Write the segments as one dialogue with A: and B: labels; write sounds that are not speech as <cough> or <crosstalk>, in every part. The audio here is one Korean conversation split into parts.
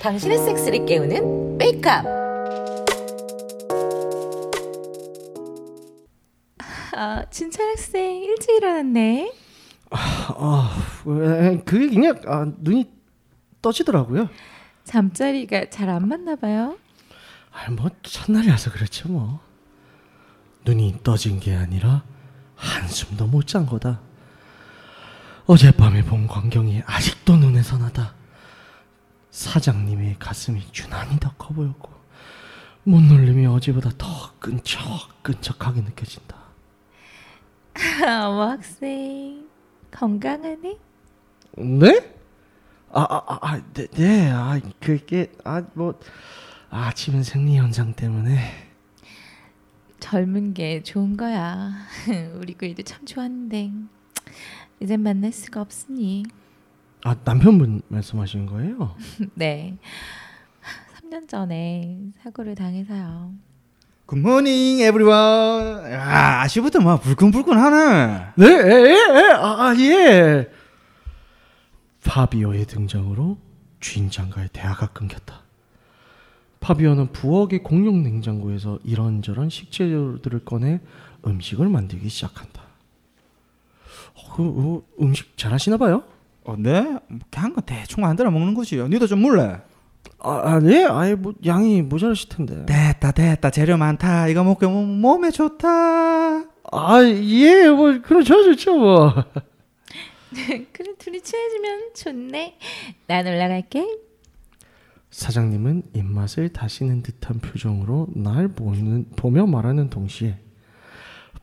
A: 당신의 섹스를 깨우는 메이크업.
B: 아, 진철 학생 일찍 일어났네.
C: 아, 에, 그게 그냥 아, 눈이 떠지더라고요.
B: 잠자리가 잘 안 맞나 봐요. <laughs>
C: 아, 뭐 첫날이라서 그렇죠 뭐. 눈이 떠진 게 아니라 한숨도 못 잔 거다. 어젯밤에 본 광경이 아직도 눈에 선하다. 사장님의 가슴이 유난히 더 커 보였고 못놀림이 어제보다 더 끈적끈적하게 느껴진다.
B: 아, 어머 학생 건강하네.
C: 네? 아, 아, 아, 아, 네, 네, 아, 그게, 아, 뭐, 아, 아침은 생리 현상 때문에.
B: 젊은 게 좋은 거야. <laughs> 우리 그이도 참 좋았는데 이젠 만날 수가 없으니. <laughs>
C: 아, 남편분 말씀하시는 거예요?
B: 네. 3년 전에 사고를 당해서요. <laughs>
D: 굿모닝 에브리원. 아, 아침부터 막 불끈불끈하네.
C: 네, 예, 예, 예, 아, 아, 예. 파비오의 등장으로 주인장과의 대화가 끊겼다. 파비오는 부엌의 공용 냉장고에서 이런저런 식재료들을 꺼내 음식을 만들기 시작한다. 어, 그, 어, 음식 잘하시나 봐요?
D: 어, 네? 한거 대충 만들어 먹는 거지. 니도 좀 물래.
C: 아, 아니, 아예 뭐 양이 모자라실 텐데.
D: 됐다, 됐다. 재료 많다. 이거 먹으면 몸에 좋다.
C: 아, 예, 뭐 그럼 저 좋죠 뭐.
B: 그래 둘이 친해지면 좋네. 난 올라갈게.
C: 사장님은 입맛을 다시는 듯한 표정으로 날 보는 보며 말하는 동시에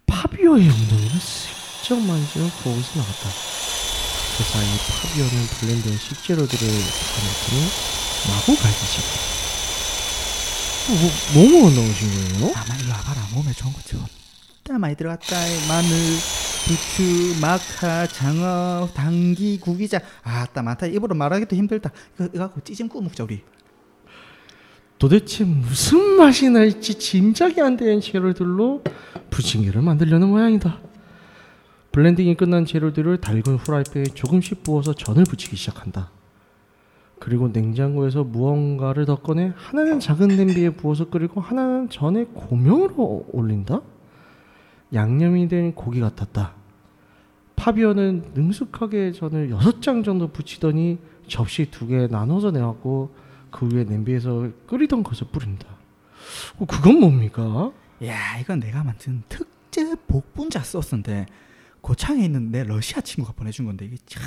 C: 파비오의 엉덩이를 슬쩍 만지며 부엌에서 나갔다. 그 사이 파비오는 블렌드의 식재료들을 가만히며 마구 갈기 시작했다. 뭐, 뭐, 뭐 넣으신 거예요?
D: 아마 이리 와봐라. 몸에 좋은 거 좋다. 많이 들어갔다. 마늘, 부추, 마카, 장어, 당귀, 구기자. 아, 따 많다. 입으로 말하기도 힘들다. 이거, 이거 갖고 찌짐 구워 먹자, 우리.
C: 도대체 무슨 맛이 날지 짐작이 안 되는 재료들로 부침개를 만들려는 모양이다. 블렌딩이 끝난 재료들을 달군 후라이팬에 조금씩 부어서 전을 부치기 시작한다. 그리고 냉장고에서 무언가를 더 꺼내 하나는 작은 냄비에 부어서 끓이고 하나는 전에 고명으로 올린다. 양념이 된 고기 같았다. 파비오는 능숙하게 전을 여섯 장 정도 부치더니 접시 두 개 나눠서 내왔고 그 위에 냄비에서 끓이던 것을 뿌린다. 어, 그건 뭡니까?
D: 야, 이건 내가 만든 특제 복분자 소스인데 고창에 있는 내 러시아 친구가 보내준 건데 이게 참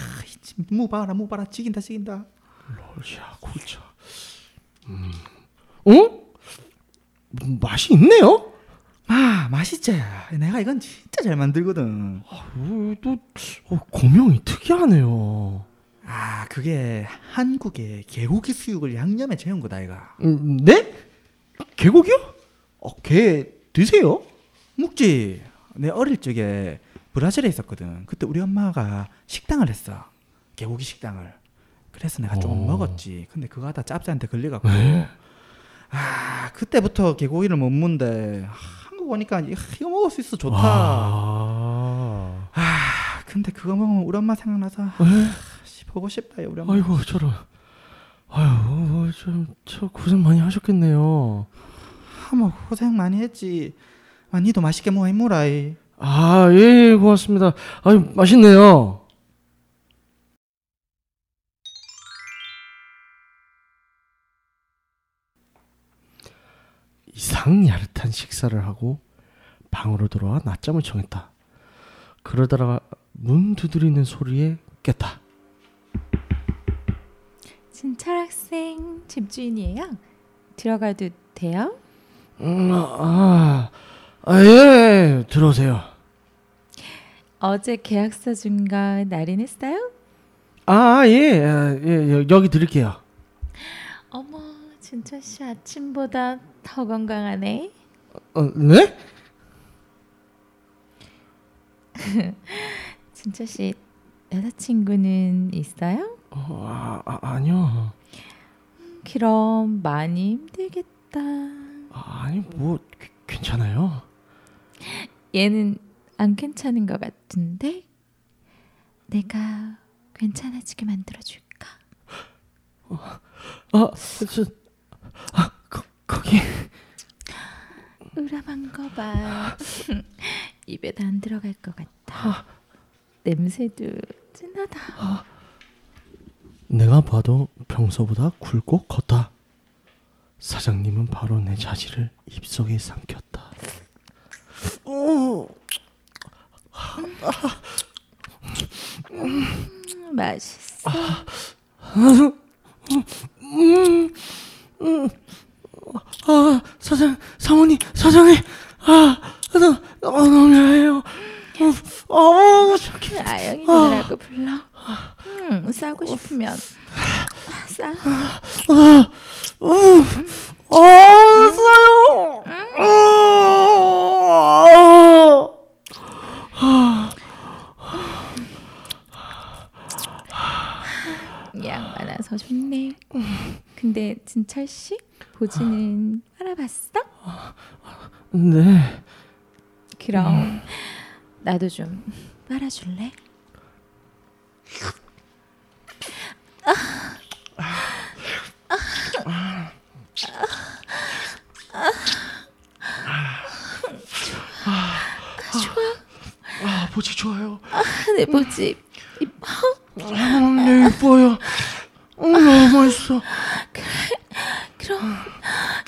D: 무바라 무바라 찍인다 찍인다.
C: 러시아 고차. 음. 어? 음, 맛이 있네요?
D: 아, 맛있지. 내가 이건 진짜 잘 만들거든.
C: 어, 또 어, 고명이 특이하네요.
D: 아, 그게 한국의 개고기 수육을 양념에 재운 거다 이가.
C: 음, 네? 개고기요? 어, 개 드세요?
D: 묵지. 내 어릴 적에 브라질에 있었거든. 그때 우리 엄마가 식당을 했어. 개고기 식당을. 그래서 내가 조금
C: 어. 네.
D: 먹었지. 근데 그거 하다 짭새한테 걸려갖고. 아, 그때부터 개고기를 못 먹는데 아, 한국 오니까 이- 이거 먹을 수 있어 좋다.
C: 와.
D: 아, 근데 그거 먹으면 우리 엄마 생각나서 아,
C: 에?
D: 씨, 보고 싶다 우리 엄마.
C: 네? 아이고 저런. 아유, 좀저 고생 많이 하셨겠네요.
D: 아, 뭐 고생 많이 했지. 아, 니도 맛있게 먹어 이모라이.
C: 아, 예, 예, 고맙습니다. 아유, 맛있네요. 이상 야릇한 식사를 하고 방으로 들어와 낮잠을 청했다. 그러다가 문 두드리는 소리에 깼다.
B: 진철 학생 집주인이에요. 들어가도 돼요?
C: 음, 아, 아, 예, 들어오세요.
B: 어제 계약서 준 거 날인했어요?
C: 아, 예, 아, 예, 여- 여기 드릴게요.
B: 어머, 진철 씨 아침보다 더 건강하네.
C: 어, 네?
B: 진철 씨 여자친구는 있어요?
C: 어, 아, 아, 아니요.
B: 그럼 많이 힘들겠다.
C: 아, 아니 뭐 귀- 괜찮아요.
B: 얘는 안 괜찮은 것 같은데? 내가 괜찮아지게 만들어줄까?
C: 아, 저, 아, 거, 거기.
B: 으람한 거 봐. <laughs> 입에도 안 들어갈 것 같다. 냄새도 진하다.
C: 내가 봐도 평소보다 굵고 컸다. 사장님은 바로 내 자질을 입속에 삼켰다.
B: 음, 맛있어.
C: 음, 아, 사장, 사모님, 사장님, 아, 나, 어, 너무 야해요. 어, 어, 저기.
B: 아영이 누나라고 불러. 음, 싸고 싶으면 싸.
C: 아, 어, 어, 싸요. 어,
B: 양 많아서 <laughs> 좋네. 근데 진철 씨 보지는 알아봤어?
C: 네.
B: 그럼 나도 좀 빨아줄래?
C: 아, 보지 좋아요.
B: 내 네, 보지
C: 아, 네, 예뻐요. 어, 너무 맛있어.
B: 그럼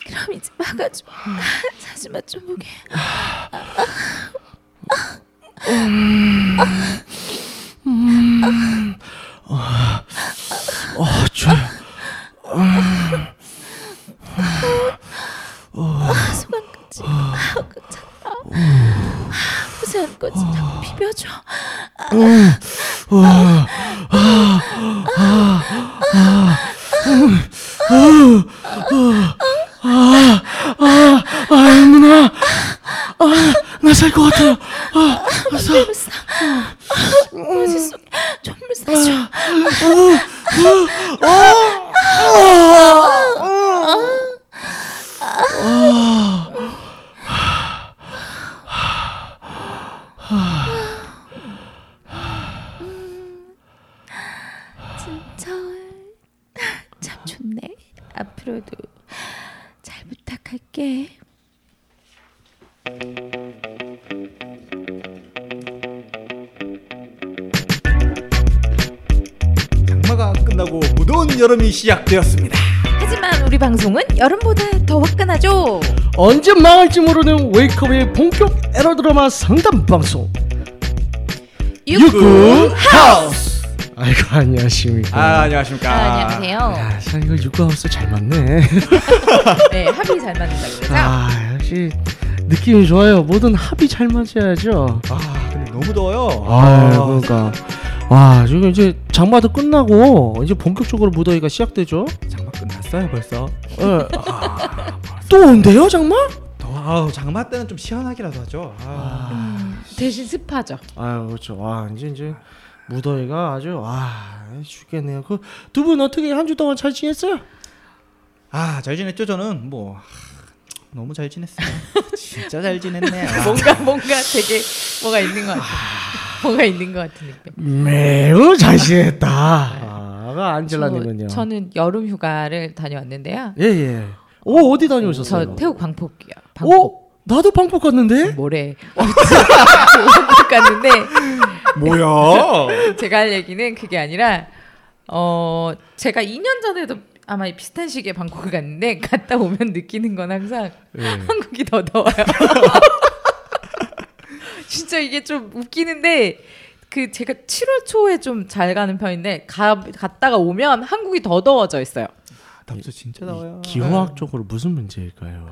B: 그럼 이제 막아줘 사주마 좀 보게
C: 어, 좋아요.
B: 소감까지 아, 괜찮다 무세한까지 자꾸 비벼줘
C: 아, 누나. 아, 나 살 것 같아요. 아,
B: 전부 싸 무지 속에 전부 싸줘 진철 참 좋네 앞으로도 잘 부탁할게
D: 장마가 끝나고 무더운 여름이 시작되었습니다.
B: 하지만 우리 방송은 여름보다 더 화끈하죠
C: 언제 망할지 모르는 웨이크업의 본격 에러드라마 상담 방송.
D: 육구 하우스.
C: 아이고, 안녕하십니까.
D: 아 안녕하십니까.
B: 아, 안녕하세요
C: 야, 이거 육구하우스 잘 맞네.
B: 네 합이 잘 맞는다고 그러죠
C: 아, 역시 느낌이 좋아요. 뭐든 합이 잘 맞아야죠.
D: 아 근데 너무 더워요.
C: 아, 그러니까. 와, 지금 이제 장마도 끝나고 이제 본격적으로 무더위가 시작되죠.
D: 아, 장마 끝났어요 벌써.
C: 예.
D: 아, 벌써.
C: 또 온대요, 장마?
D: 더워. 아우, 장마 때는 좀 시원하기라도 하죠. 아.
B: 대신 습하죠
C: 아, 그렇죠. 와, 이제 이제 무더위가 아주 와, 죽겠네요. 그 두 분 어떻게 한 주 동안 잘 지냈어요?
D: 아, 잘 지냈죠 저는 뭐 하, 너무 잘 <laughs> 지냈어요. 진짜 잘 <laughs> 지냈네. 아.
B: 뭔가 뭔가 되게 뭐가 있는 것 같아 뭐가 있는 것 같은 느낌
C: 매우 잘 지냈다. 아가 안젤라님은요.
B: 뭐 저, 는 여름 휴가를 다녀왔는데요
C: 예, 예. 오, 어디 다녀오셨어요?
B: 저 태국 방콕이요 방콕 뭐.
C: 오, 나도 방콕 갔는데.
B: 모레 <laughs> 방콕 갔는데
D: 뭐야?
B: 제가 할 얘기는 그게 아니라 어 제가 2년 전에도 아마 이 비슷한 시기에 방콕을 갔는데 갔다 오면 느끼는 건 항상
C: 예.
B: 한국이 더 더워요. <laughs> 진짜 이게 좀 웃기는데 그 제가 7월 초에 좀 잘 가는 편인데 가, 갔다가 오면 한국이 더 더워져 있어요.
D: 담수 아, 진짜 나와요.
C: 기호학적으로
B: <laughs>
C: 무슨 문제일까요?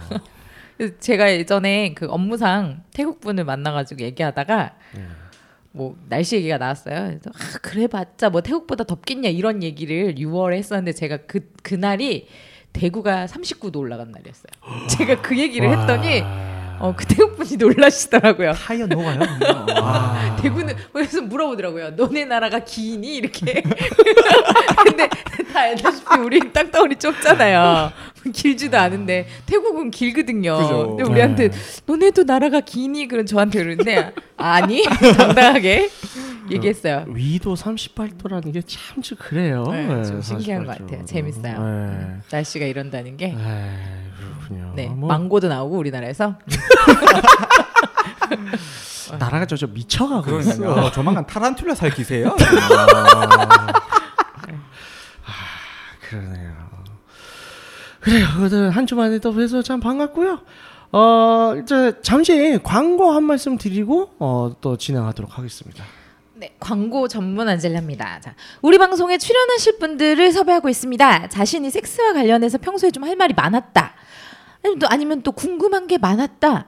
B: 그래서 제가 예전에 그 업무상 태국 분을 만나가지고 얘기하다가 뭐 날씨 얘기가 나왔어요. 그래서 아, 그래봤자 뭐 태국보다 덥겠냐 이런 얘기를 6월에 했었는데 제가 그 그날이 대구가 39도 올라간 날이었어요. 제가 그 얘기를 했더니 어, 그 태국 분이 놀라시더라고요.
D: 타이어 녹아요. 그냥. 아.
B: 대구는 그래서 물어보더라고요. 너네 나라가 기니 이렇게. 근데 다 알다시피 우리 땅덩어리 좁잖아요. 길지도 않은데 태국은 길거든요.
D: 그죠.
B: 근데 우리한테
C: 네.
B: <laughs> 너네도 나라가 기니 그런 저한테 그러는데 아니 당당하게 얘기했어요.
C: 위도 38도라는 게 참 그래요.
B: 네, 좀
C: 네,
B: 신기한 것
C: 38도.
B: 같아요. 재밌어요.
C: 네.
B: 날씨가 이런다는 게.
C: 에이, 네, 그렇군요.
B: 네,
C: 뭐
B: 망고도 나오고 우리나라에서
C: 나라가 저저 미쳐가고 있어.
D: <laughs> 그러니까요. 조만간 아, 타란툴라 살 <laughs> 기세요.
C: 아, 그러네요. 그래요. 그래도 한 주만에 또 뵈서 참 반갑고요. 어, 이제 잠시 광고 한 말씀 드리고 어, 또 진행하도록 하겠습니다.
B: 네, 광고 전문 안젤라입니다. 자, 우리 방송에 출연하실 분들을 섭외하고 있습니다. 자신이 섹스와 관련해서 평소에 좀 할 말이 많았다. 아니면 또, 아니면 또 궁금한 게 많았다.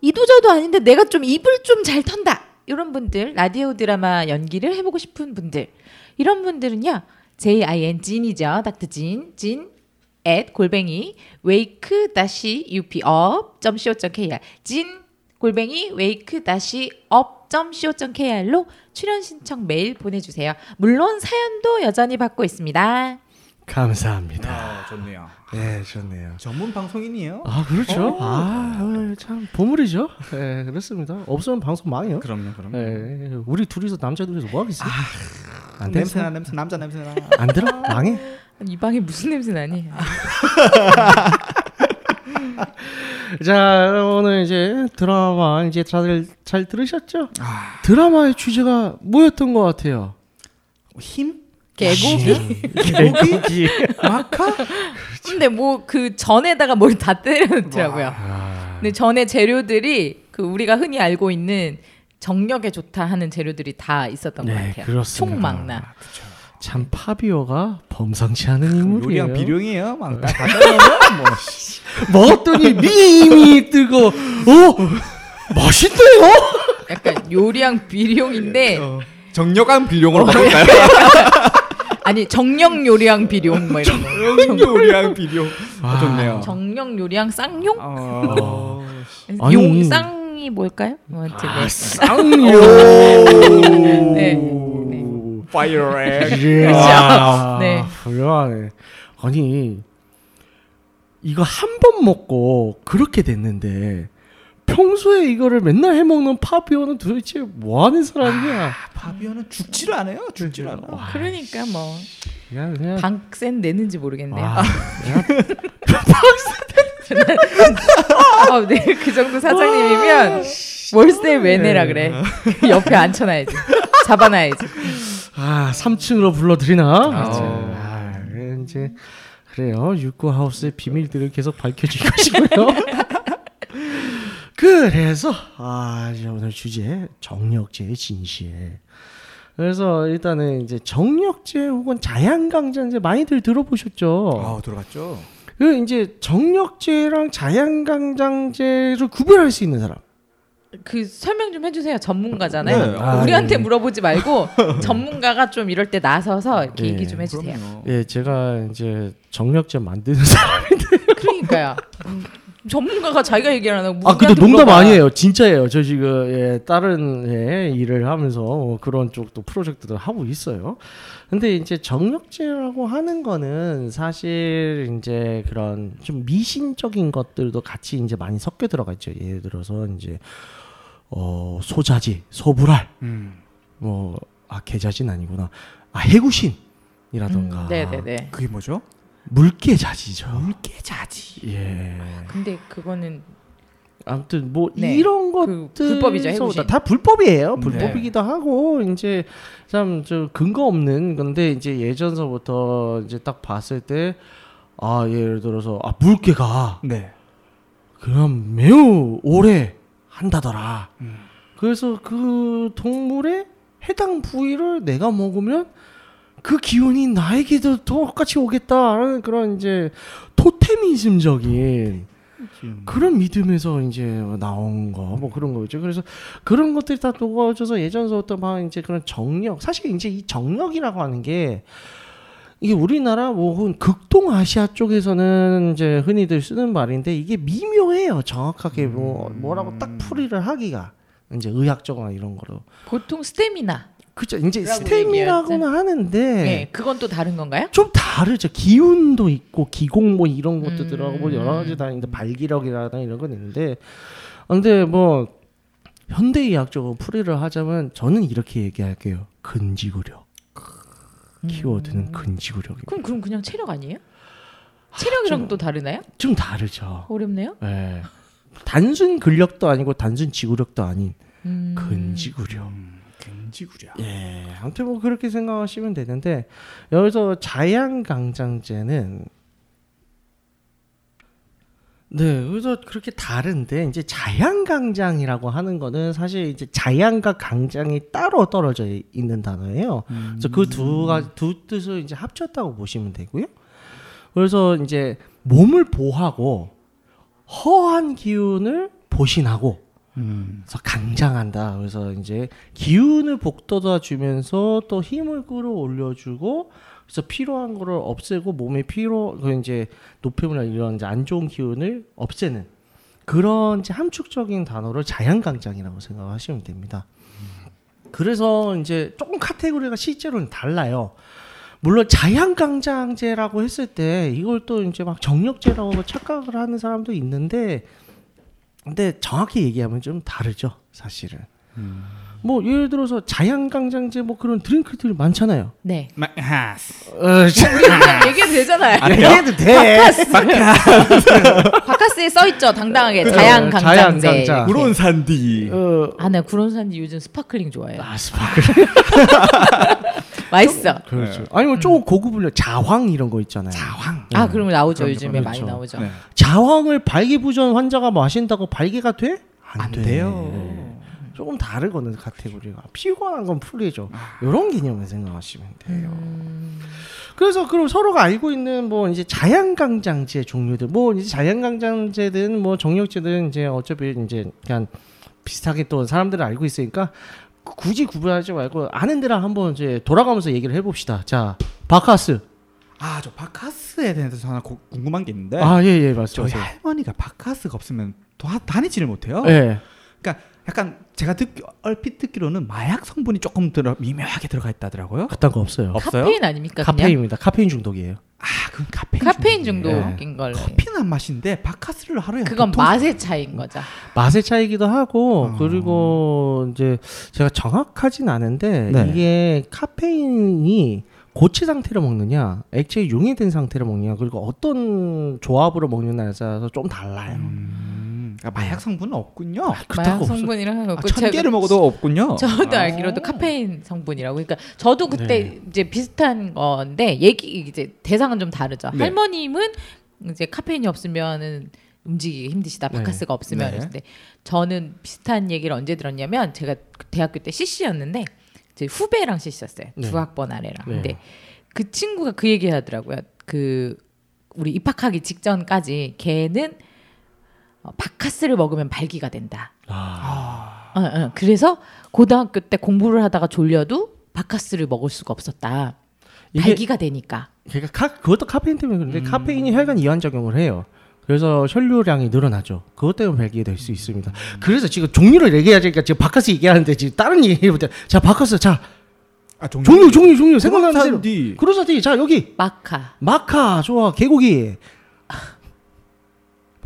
B: 이도저도 아닌데 내가 좀 입을 좀 잘 턴다. 이런 분들, 라디오 드라마 연기를 해보고 싶은 분들. 이런 분들은요. JIN 진이죠. 닥터 진, 진, at 골뱅이 wake 다시 up.co.kr 진 골뱅이 wake 다시 up.co.kr로 출연 신청 메일 보내주세요. 물론 사연도 여전히 받고 있습니다.
C: 감사합니다.
D: 아, 좋네요.
C: 예, 좋네요.
D: 전문 방송인이에요.
C: 아, 그렇죠.
D: 어.
C: 아, 어, 참 보물이죠. 예, 그렇습니다. 없으면 방송 망해요.
D: 그럼요, 그럼요.
C: 예, 우리 둘이서 남자 둘이서 뭐 하겠어요? 안 돼?
D: 아, 냄새나 냄새 남자 냄새나.
C: 안 들어?
D: <laughs>
C: 망해?
B: 이 방에 무슨 냄새 나니?
C: 자 오늘 이제 드라마 이제 다들 잘 들으셨죠?
D: 아.
C: 드라마의 주제가 뭐였던 것 같아요?
D: <laughs> 힘? 아,
B: 개고기?
C: 개고기
D: 마카?
B: 근데 뭐 그 전에다가 뭘 다 때려놓더라고요. 근데 전에 재료들이 그 우리가 흔히 알고 있는 정력에 좋다 하는 재료들이 다 있었던 것
C: 네,
B: 같아요.
C: 그렇습니다.
B: 총망나.
C: 참 파비오가 범상치 않은 인물이에요
D: 그 음, 요리랑 어. 비룡이에요. 막다 가져가면 <laughs> 뭐.
C: 먹었더니 미미 뜨고
D: <laughs>
C: 오 맛있대요
B: 약간 요리랑
C: 네,
B: 비룡인데
D: 정력한 비룡으로 바꿀까요? <laughs>
B: 아니 정령 요리랑 비룡 뭐 이런 거.
D: 정력 요리랑 비룡. 아, 좋네요.
B: 정령 요리랑 쌍용?
D: 어.
C: 아니.
B: 용 쌍이 뭘까요? 뭐 하여튼 네.
D: 아,
C: 쌍요
B: 네.
C: <laughs>
B: 그렇죠.
D: 파이어랙.
C: 예. 아,
B: 네.
C: 훌륭하네. 아니 이거 한 번 먹고 그렇게 됐는데 평소에 이거를 맨날 해 먹는 파비오는 도대체 뭐 하는 사람이야?
B: 아,
D: 파비오는 아, 죽지를 않아요. 죽지를 않아.
B: <laughs> 그러니까 뭐
C: 그냥 그냥
B: 방센 내는지 모르겠네요.
C: 아,
B: <laughs> 어, 네, 그 정도 사장님이면
C: 아.
B: 월세 왜 내라
C: 네.
B: 그래. 옆에 앉혀놔야지. 잡아놔야지.
C: 아 3층으로 불러드리나?
D: 그렇죠.
C: 아, 이제 그래요. 육구 하우스의 비밀들을 계속 밝혀줄 것이고요. <laughs> 그래서 아 이제 오늘 주제 정력제의 진실. 그래서 일단은 이제 정력제 혹은 자양강장제 많이들 들어보셨죠.
D: 아, 들어갔죠.
C: 그 이제 정력제랑 자양강장제를 구별할 수 있는 사람.
B: 그 설명 좀 해주세요. 전문가잖아요.
D: 네.
C: 아,
B: 우리한테
C: 네.
B: 물어보지 말고
C: <laughs>
B: 전문가가 좀 이럴 때 나서서 이렇게
C: 네,
B: 얘기 좀 해주세요.
D: 그럼요.
C: 예, 제가 이제 정력제 만드는 사람.
B: 그러니까요. 음, 전문가가 자기가 얘기를 안 하고
C: 아 근데
B: 우리한테
C: 농담
B: 물어봐.
C: 아니에요 진짜예요 저 지금 예, 다른 예, 일을 하면서 어, 그런 쪽도 프로젝트도 하고 있어요 근데 이제 정력제라고 하는 거는 사실 이제 그런 좀 미신적인 것들도 같이 이제 많이 섞여 들어가 있죠 예를 들어서 이제 어 소자지 소불알
D: 음.
C: 뭐아 개자진 아니구나 아 해구신이라던가
B: 음, 네네네.
D: 그게 뭐죠?
C: 물개자지죠
D: 깨자지.
C: 예
B: 근데 그거는
C: 아무튼 뭐
B: 네.
C: 이런
B: 그
C: 것들
B: 불법이죠, 해구신.
C: 다 불법이에요.
D: 네.
C: 불법이기도 하고 이제 참 좀 근거 없는 건데 이제 예전서부터 이제 딱 봤을 때 아 예를 들어서 아 물개가
D: 네.
C: 그냥 매우 오래 한다더라.
D: 음.
C: 그래서 그 동물의 해당 부위를 내가 먹으면 그 기운이 나에게도 똑같이 오겠다라는 그런 이제 토테미즘적인 그런 믿음에서 이제 나온 거 뭐 그런 거죠. 그래서 그런 것들이 다 녹아져서 예전서부터 막 이제 그런 정력 사실 이제 이 정력이라고 하는 게 이게 우리나라 뭐 혹은 극동 아시아 쪽에서는 이제 흔히들 쓰는 말인데 이게 미묘해요. 정확하게 뭐 뭐라고 딱 풀이를 하기가 이제 의학적으로 이런 거로
B: 보통 스테미나.
C: 그죠. 이제
B: 라고
C: 스템이라고는 하는데
B: 네. 그건 또 다른 건가요?
C: 좀 다르죠. 기운도 있고 기공 뭐 이런 것도
B: 음.
C: 들어가고 아, 뭐 여러 가지 다 있는데 발기력이라든 이런 건 있는데 근데 뭐 현대의학적으로 풀이를 하자면 저는 이렇게 얘기할게요. 근지구력.
B: 음.
C: 키워드는 근지구력입니다.
B: 그럼 그럼 그냥 체력 아니에요? 체력이랑 또 다르나요?
C: 좀 다르죠.
B: 어렵네요.
C: 예. 단순 근력도 아니고 단순 지구력도 아닌
B: 음.
C: 근지구력.
D: 음, 금지구려.
C: 예, 아무튼 뭐 그렇게 생각하시면 되는데 여기서 자양강장제는 네, 그래서 그렇게 다른데 이제 자양강장이라고 하는 거는 사실 이제 자양과 강장이 따로 떨어져 있는 단어예요. 그래서 그두 가지 두 뜻을 이제 합쳤다고 보시면 되고요. 그래서 이제 몸을 보하고 허한 기운을 보신하고
D: 음.
C: 그래서 강장한다. 그래서 이제 기운을 북돋아 주면서 또 힘을 끌어올려주고 그래서 필요한 거를 없애고 몸에 필요 그 이제 노폐물이나 이런 이제 안 좋은 기운을 없애는 그런 이제 함축적인 단어를 자양강장이라고 생각하시면 됩니다. 그래서 이제 조금 카테고리가 실제로는 달라요. 물론 자양강장제라고 했을 때 이걸 또 이제 막 정력제라고 착각을 하는 사람도 있는데 근데 정확히 얘기하면 좀 다르죠, 사실은. 뭐 예를 들어서 자양강장제 뭐 그런 드링크들이 많잖아요.
B: 네.
D: 마, 하.
C: 어, 자-
D: <laughs>
B: 얘기해도 <laughs> 되잖아요.
D: 아, 해도 돼.
B: 바카스에 써 있죠. 당당하게 자양 강장제.
C: 자양강장.
D: 구론 산디.
C: 어,
B: 아, 나 구론산지 요즘 스파클링 좋아해요.
C: 아 스파클.
D: 네.
B: 맛있어.
C: 그렇죠. 아니면 조금 고급을려 자황 이런 거 있잖아요.
D: 자황.
B: 음. 아, 그런 거 나오죠.
D: 그럼요,
B: 요즘에
C: 네. 그럼요.
B: 많이 나오죠.
D: 네.
C: 자황을 발기부전 환자가 마신다고 발기가 돼? 안,
D: 안
C: 돼.
D: 돼요.
C: 조금 다르거든 카테고리가 피곤한 건 풀리죠. 이런 개념을 생각하시면 돼요. 음. 그래서 그럼 서로가 알고 있는 뭐 이제 자양강장제 종류들 뭐 이제 자양강장제든 뭐 정력제든 이제 어차피 이제 그냥 비슷하게 또 사람들은 알고 있으니까 굳이 구분하지 말고 아는 데랑 한번 이제 돌아가면서 얘기를 해봅시다. 자 바카스
D: 아, 저 바카스에 대해서 하나 고, 궁금한 게 있는데.
C: 아 예 예 맞습니다.
D: 저희 할머니가 바카스가 없으면 도- 다니지를 못해요. 그러니까
C: 예.
D: 약간 제가 듣기, 얼핏 듣기로는 마약 성분이 조금 들어 미묘하게 들어가 있다더라고요.
C: 그딴 거 없어요.
B: 카페인 아닙니까? 그냥?
C: 카페인입니다. 카페인 중독이에요.
D: 아, 그건 카페인.
B: 카페인
D: 중독이에요. 예.
B: 중독인 걸로.
D: 커피는 안 마신데 바카스를 하루에
B: 그건
D: 보통-
B: 맛의 차이인 거죠.
C: 맛의 차이기도 하고
D: 아.
C: 그리고 이제 제가 정확하진 않은데
D: 네.
C: 이게 카페인이 고체 상태로 먹느냐, 액체에 용해된 상태로 먹느냐, 그리고 어떤 조합으로 먹느냐에 따라서 좀 달라요.
D: 음, 그러니까 마약 성분은 없군요.
B: 마약
C: 그렇다고 없어.
B: 성분이랑
D: 아,
B: 갖고
D: 천
B: 제가-
D: 개를 먹어도
B: 그
D: 없군요.
B: 저도
D: 아.
B: 알기로도 카페인 성분이라고. 그러니까 저도 그때 이제 비슷한 건데 얘기 이제 대상은 좀 다르죠.
D: 네.
B: 할머님은 이제 카페인이 없으면은 움직이기 힘드시다.
C: 네.
B: 바카스가 없으면.
D: 네.
B: 그런데 저는 비슷한 얘기를 언제 들었냐면 제가 그 대학교 때 CC였는데 제 후배랑 CC였어요.
C: 네.
B: 두 학번 아래랑.
C: 네.
B: 근데 그 친구가 그 얘기 하더라고요. 그 우리 입학하기 직전까지 걔는 어, 바카스를 먹으면 발기가 된다.
C: 아.
B: 어, 어. 그래서 고등학교 때 공부를 하다가 졸려도 바카스를 먹을 수가 없었다.
C: 이게
B: 발기가 되니까.
C: 그러니까 카, 그것도 카페인 때문에
D: 음.
C: 그런데 카페인이 혈관 이완 작용을 해요. 그래서 혈류량이 늘어나죠. 그것 때문에 발기가 될
D: 음.
C: 수 있습니다. 그래서 지금 종류를 얘기하니까 지금 바카스 얘기하는데 지금 다른 얘기해보자. 자 바카스 자
D: 아, 종류.
C: 종류 종류 종류 생각나는 대로.
D: 산디.
C: 그로사티 자 여기
B: 마카.
C: 마카 좋아 개고기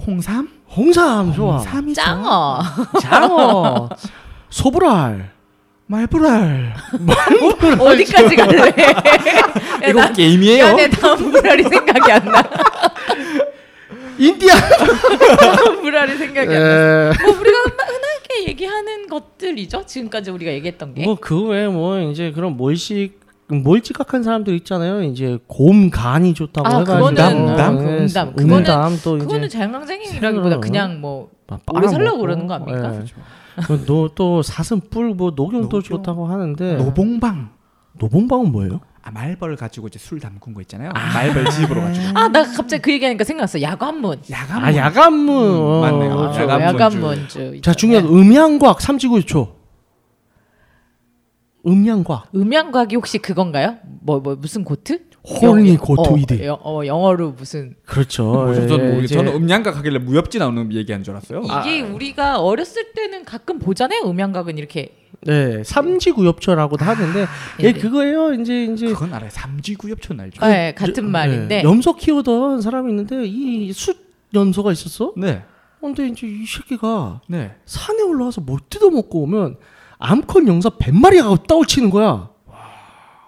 D: 홍삼?
C: 홍삼 좋아
D: 홍삼이
B: 짱어.
C: 장어 <laughs> 소불알
D: 말불알.
B: 어디까지
C: <laughs>
B: 가래?
D: 이거 게임이에요?
B: 야, 내 다음 불알이 생각이 안 나.
C: 인디아
B: 다음 불알이 생각이 안 나.
C: 에,
B: 뭐 우리가 흔하게 얘기하는 것들이죠. 지금까지 우리가 얘기했던 게.
C: 뭐 그 외에 뭐 이제 그런 몰식 몰지각한 사람들 있잖아요. 이제 곰 간이 좋다고
B: 아,
C: 해가지고
B: 그거는
C: 음담,
B: 음담,
C: 네,
B: 음담.
C: 음담, 또
B: 그거는
C: 이제
B: 자연강장이라기보다
C: 생각으로.
B: 그냥 뭐
C: 막
B: 오래
C: 빨아먹고,
B: 살려고 그러는 거 아닙니까? 그렇죠.
C: 예. 너또 사슴뿔 뭐 녹용도
D: 녹용.
C: 좋다고
B: 네.
C: 하는데
D: 노봉방.
C: 노봉방은 뭐예요?
D: 아, 말벌 가지고 이제 술 담근 거 있잖아요. 말벌 집으로 가지고.
B: 아, 나 갑자기 그 얘기하니까 생각났어. 야관문.
D: 야간.
C: 아 야간문 어,
D: 맞네요.
C: 어,
D: 야간문.
B: 야간문주. 야간문주.
C: 자 중요한 음양곽 삼지구초 음양곽
B: 음양곽이 혹시 그건가요? 뭐 뭐 무슨 고트?
C: 홀니
B: 영-
C: 고토이드.
B: 어, 영- 어, 영어로 무슨
C: 그렇죠.
D: 뭐, 저- 저는
C: 예,
D: 모르겠
C: 이제
D: 저는 음양가 가길래 무협지 나오는 얘기한 줄 알았어요.
B: 이게 우리가 어렸을 때는 가끔 보잖아요. 음양곽은 이렇게
C: 네 삼지구엽초라고도 하는데
B: 예.
C: 예 그거예요. 이제 이제
D: 그건 알아요. 삼지구엽촌
C: 그,
D: 알죠?
B: 네, 같은 말인데
C: 예, 염소 키우던 사람이 있는데 이 숫 염소가 있었어.
D: 네.
C: 근데 이제 이 새끼가
E: 네.
C: 산에 올라와서 뭘 뜯어먹고 오면 암컷 영사 100마리가 따올치는 거야.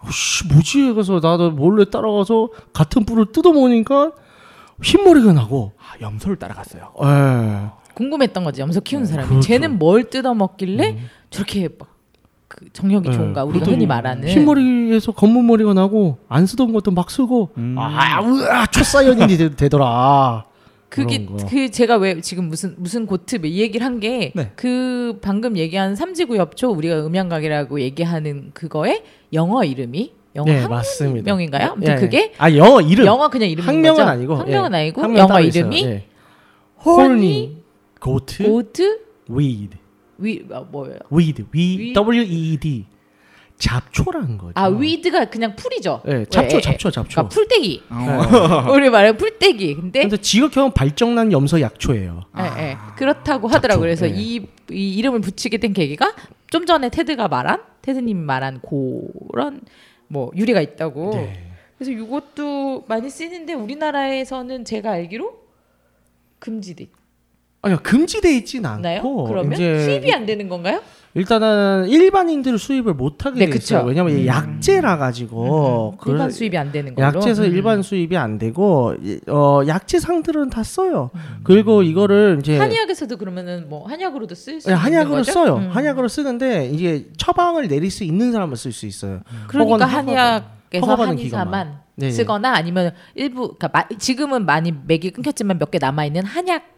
C: 오씨 뭐지? 그래서 나도 몰래 따라가서 같은 뿔을 뜯어먹으니까 흰머리가 나고 예.
E: 아, 염소를 따라갔어요.
C: 에
B: 궁금했던 거지 염소 키우는 사람이
C: 그렇죠. 음.
B: 쟤는 뭘 뜯어 먹길래 저렇게 막그 정력이
C: 네.
B: 좋은가 우리가
C: 보통
B: 흔히 말하는
C: 흰머리에서 검은 머리가 나고 안 쓰던 것도 막 쓰고
D: 음.
C: 아 으아 초사연인이 되- 되더라
B: 그게
C: 그런 거.
B: 그 제가 왜 지금 무슨 무슨 고트비 이 얘기를 한 게 그
D: 네.
B: 방금 얘기한 삼지구엽초 우리가 음양각이라고 얘기하는 그거에 영어 이름이 영어
C: 네,
B: 학명
C: 맞습니다.
B: 명인가요? 아무튼
C: 예, 예.
B: 그게
C: 아 영어 이름
B: 영어 그냥 이름인
C: 학명은
B: 거죠?
C: 아니고
B: 학명은
C: 예.
B: 아니고
C: 학명
B: 영어
C: 따로 있어요.
B: 이름이
C: 예.
B: horny
E: 고트
B: 오드
C: weed
B: 위 아, 뭐예요?
C: weed
B: 위-
C: we w e e d 잡초라는 거죠.
B: 아 위드가 그냥 풀이죠.
C: 예,
B: 예,
C: 잡초
B: 예.
C: 잡초 잡초.
B: 그러니까
C: 아. <laughs>
B: 풀떼기.
D: 어.
B: 우리 말하는 풀떼기. 근데
C: 근데 지극형 발정난 염소 약초예요.
B: 예, 예. 그렇다고 하더라고. 요 그래서
C: 예.
B: 이, 이 이름을 붙이게 된 계기가 좀 전에 테드가 말한 테드님이 말한 그런 뭐 유리가 있다고.
C: 네.
B: 그래서 이것도 많이 쓰는데 우리나라에서는 제가 알기로 금지돼
C: 아니요 금지돼 있진 않고
B: 있나요? 그러면
C: 이제
B: 수입이 안 되는 건가요?
C: 일단은 일반인들 수입을 못하게
B: 네,
C: 돼 있어요.
B: 그쵸. 음,
C: 왜냐면
D: 음.
C: 이 약재라 가지고 그
B: 일반 수입이 안 되는 걸로.
C: 약재에서
B: 음.
C: 일반 수입이 안 되고 이- 어 약재상들은 다 써요.
D: 음.
C: 그리고 이거를 이제
B: 한의학에서도 그러면은 뭐 한약으로도 쓸 수
C: 예,
B: 있는
C: 한약으로
B: 거죠?
C: 써요.
B: 음.
C: 한약으로 쓰는데 이제 처방을 내릴 수 있는 사람은 쓸 수 있어요.
D: 음.
B: 그러니까
C: 허가는-
B: 한의학에서
C: 허가받은
B: 한의사만
C: 네, 네.
B: 쓰거나 아니면 일부 그러니까 마- 지금은 많이 맥이 끊겼지만 몇 개 남아 있는 한약방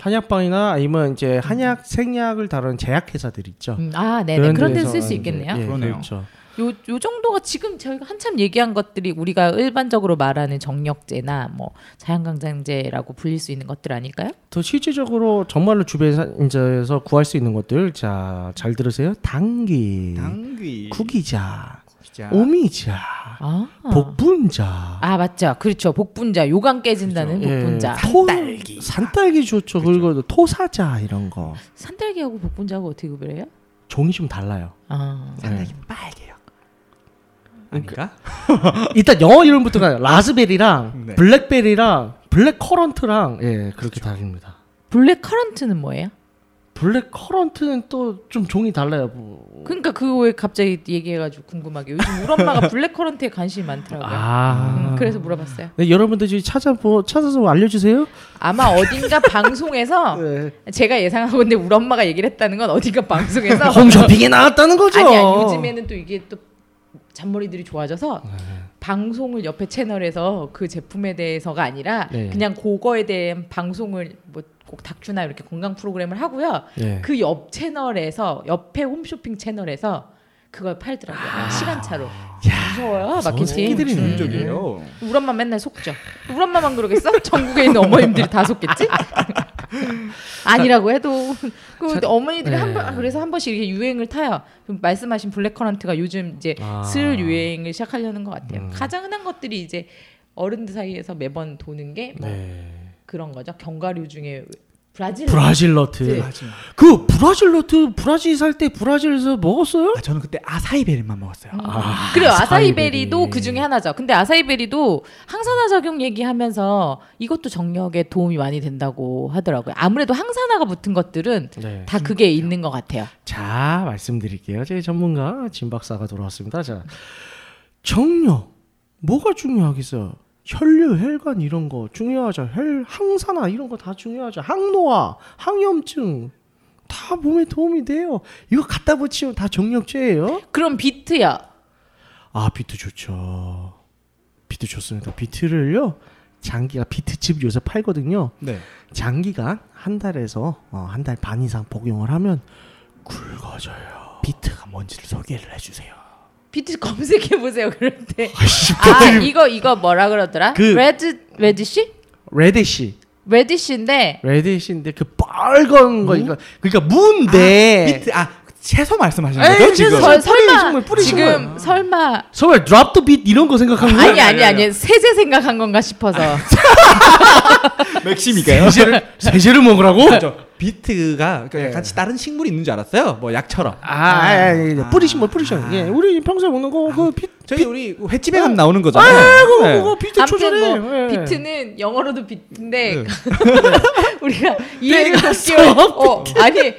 C: 한약방이나 아니면 이제 한약 생약을 다루는 제약회사들 있죠.
B: 음, 아, 네네. 그런 데서 쓸 수
C: 이제,
B: 있겠네요.
C: 예,
D: 그러네요.
C: 그렇죠.
B: 요, 요 정도가 지금 저희가 한참 얘기한 것들이 우리가 일반적으로 말하는 정력제나 뭐 자연강장제라고 불릴 수 있는 것들 아닐까요?
C: 더 실질적으로 정말로 주변에서 구할 수 있는 것들 자잘 들으세요.
D: 아.
C: 당귀,
D: 당귀
C: 구기자,
D: 진짜.
C: 오미자,
B: 아,
C: 복분자,
B: 아 맞죠. 그렇죠. 복분자, 요강 깨진다는
C: 예,
B: 복분자.
C: 산딸기, 산딸기 좋죠. 그리고 토사자 이런 거
B: 산딸기하고 복분자하고 어떻게 구별해요?
C: 종이 좀 달라요. 예.
B: 아,
D: 산딸기 빨개요. 아닌가?
C: 일단 영어 이름부터가 <laughs> 라즈베리랑
D: 네.
C: 블랙베리랑 블랙커런트랑 예 그렇게 다릅니다.
B: 블랙 커런트는 뭐예요?
C: 블랙커런트는 또 좀 종이 달라요. 뭐.
B: 그러니까 그거 왜 갑자기 얘기해가지고 궁금하게 요즘 우리
C: <laughs>
B: 엄마가 블랙 커런트에 관심이 많더라고요.
C: 아.
B: 음, 그래서 물어봤어요.
C: 네, 여러분들 지금 찾아 찾아서 알려주세요.
B: 아마 어딘가 방송에서
C: <laughs> 네.
B: 제가 예상하고 근데 우리 엄마가 얘기를 했다는 건 어디가 방송에서
C: <laughs> 홈쇼핑에 나왔다는 거죠.
B: 아니 아니 요즘에는 또 이게 또 잔머리들이 좋아져서
C: 네.
B: 방송을 옆에 채널에서 그 제품에 대해서가 아니라
C: 네.
B: 그냥 그거에 대한 방송을 뭐 꼭 다큐나 이렇게 건강 프로그램을 하고요.
C: 네.
B: 그 옆 채널에서 옆에 홈쇼핑 채널에서 그걸 팔더라고요.
C: 아.
B: 시간차로. 무서워요.
C: 무서운
B: 마케팅.
C: 새끼들이네.
B: 음.
D: 인적이에요.
B: 우리 엄마 맨날 속죠. 우리 엄마만 그러겠어? <laughs> 전국에 있는 어머님들이 다
C: <laughs>
B: 속겠지? 아니라고 해도 그 어머니들이
C: 네.
B: 한 번 그래서 한 번씩 이렇게 유행을 타요. 좀 말씀하신 블랙커런트가 요즘 이제
C: 아. 음.
B: 슬 유행을 시작하려는 것 같아요. 가장 흔한 것들이 이제 어른들 사이에서 매번 도는 게 뭐
C: 네.
B: 그런 거죠. 견과류 중에 브라질
C: 브라질 너트.
D: 네.
B: 네.
D: 맞아요.
C: 그 브라질 너트 브라질 살 때 브라질에서 먹었어요?
D: 아, 저는 그때 아사이베리만 먹었어요.
C: 아,
B: 그래요.
C: 아사이베리.
B: 아사이베리도 그 중에 하나죠. 근데 아사이베리도 항산화 작용 얘기하면서 이것도 정력에 도움이 많이 된다고 하더라고요. 아무래도 항산화가 붙은 것들은
C: 네.
B: 다 그게 있는 것 같아요.
C: 자 말씀드릴게요. 제 전문가 진 박사가 돌아왔습니다. 자 정력 뭐가 중요하겠어요? 혈류, 혈관 이런 거 중요하죠. 혈 항산화 이런 거 다 중요하죠. 항노화, 항염증 다 몸에 도움이 돼요. 이거 갖다 붙이면 다 정력제예요.
B: 그럼 비트요.
C: 아 비트 좋죠. 비트 좋습니다. 비트를요 장기가 비트칩 요새 팔거든요.
D: 네.
C: 장기간 한 달에서 어, 한 달 반 이상 복용을 하면 굵어져요.
D: 비트가 뭔지를 소개를 해주세요.
B: 비트 <laughs> 검색해 보세요. 그럴 때. 아 이거 이거 뭐라 그러더라?
C: 그-
B: 레드 레드시?
C: 레디시
B: 레디시인데
C: 레디시인데 그 빨간 거 이거 그러니까 무인데
D: 비트 아 채소 말씀하시는
C: 에이,
D: 거죠
C: 채소.
D: 지금?
B: 음, 설-
C: 뿌리 식물,
B: 설마
C: 뿌리
B: 지금 설마
C: 설마 드랍 더 빛 이런 거 생각한 거야?
B: 아니 아니 아니 세제 생각한 건가 싶어서
E: 맥심이가요?
D: <laughs>
C: 세제를 세제를 먹으라고?
E: 저 비트가 그러니까
D: 네.
C: 예.
E: 같이 다른 식물이 있는 줄 알았어요. 뭐 약처럼.
C: 아, 아, 예, 예. 뿌리신 거 뿌리셔. 예, 우리 평소에 먹는 거그 빛.
E: 저희 우리 횟집에 가면 나오는 거잖아요.
C: 아, 그거
E: 네.
C: 그거 비트 초절해. 예.
B: 아무튼 뭐 비트는 영어로도 비트인데
E: 네.
B: <laughs> 우리가
C: 네.
B: 이해가 없어. 어, 아니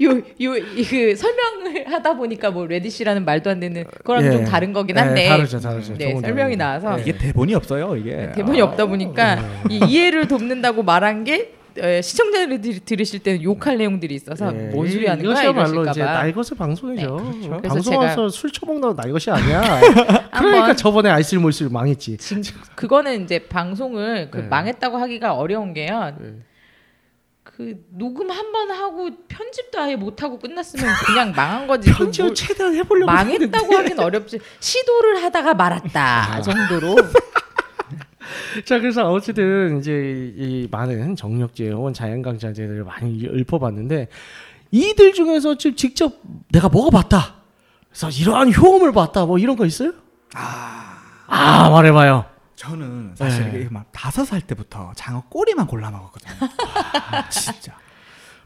B: 요요그 설명을 하다 보니까 뭐 레디시라는 말도 안 되는 거랑
C: 예.
B: 좀 다른 거긴 한데
C: 예, 다르죠, 다르죠. 예.
B: 네,
C: 조금
B: 설명이
C: 다르죠.
B: 나와서 예,
E: 이게 대본이 없어요. 이게
B: 네, 대본이 없다 보니까
C: 예.
B: 이 이해를 돕는다고 말한 게 에, 시청자들이 들으실 때는 욕할 내용들이 있어서
C: 예,
B: 뭔 소리 하는 거야
C: 이것이야말로
B: 이러실까
C: 이제
B: 봐. 네, 그렇죠.
C: 날것의 방송이죠. 어?
B: 그래서
C: 방송 와서
B: 제가-
C: 술 처먹다가 날것이 아니야. 그러니까
B: <laughs> 한번-
C: 저번에 알쓸몰쓸 망했지.
B: 그거는 이제 방송을 그
C: 네.
B: 망했다고 하기가 어려운 게요. 그 녹음 한 번 하고 편집도 아예 못 하고 끝났으면 그냥 망한 거지. 그
C: 편집을
B: 뭘-
C: 최대한 해보려고
B: 망했다고 하긴 어렵지. 시도를 하다가 말았다 아, 정도로.
C: <laughs> 자 그래서 어쨌든 이제 이 많은 정력제 혹은 자연강자제들을 많이 읊어봤는데 이들 중에서 지금 직접 내가 먹어봤다 그래서 이러한 효험을 봤다 뭐 이런 거 있어요? 아, 말해봐요
D: 아, 저는
C: 네.
D: 사실 이게 막 다섯 살 때부터 장어 꼬리만 골라 먹었거든요. 아, 진짜.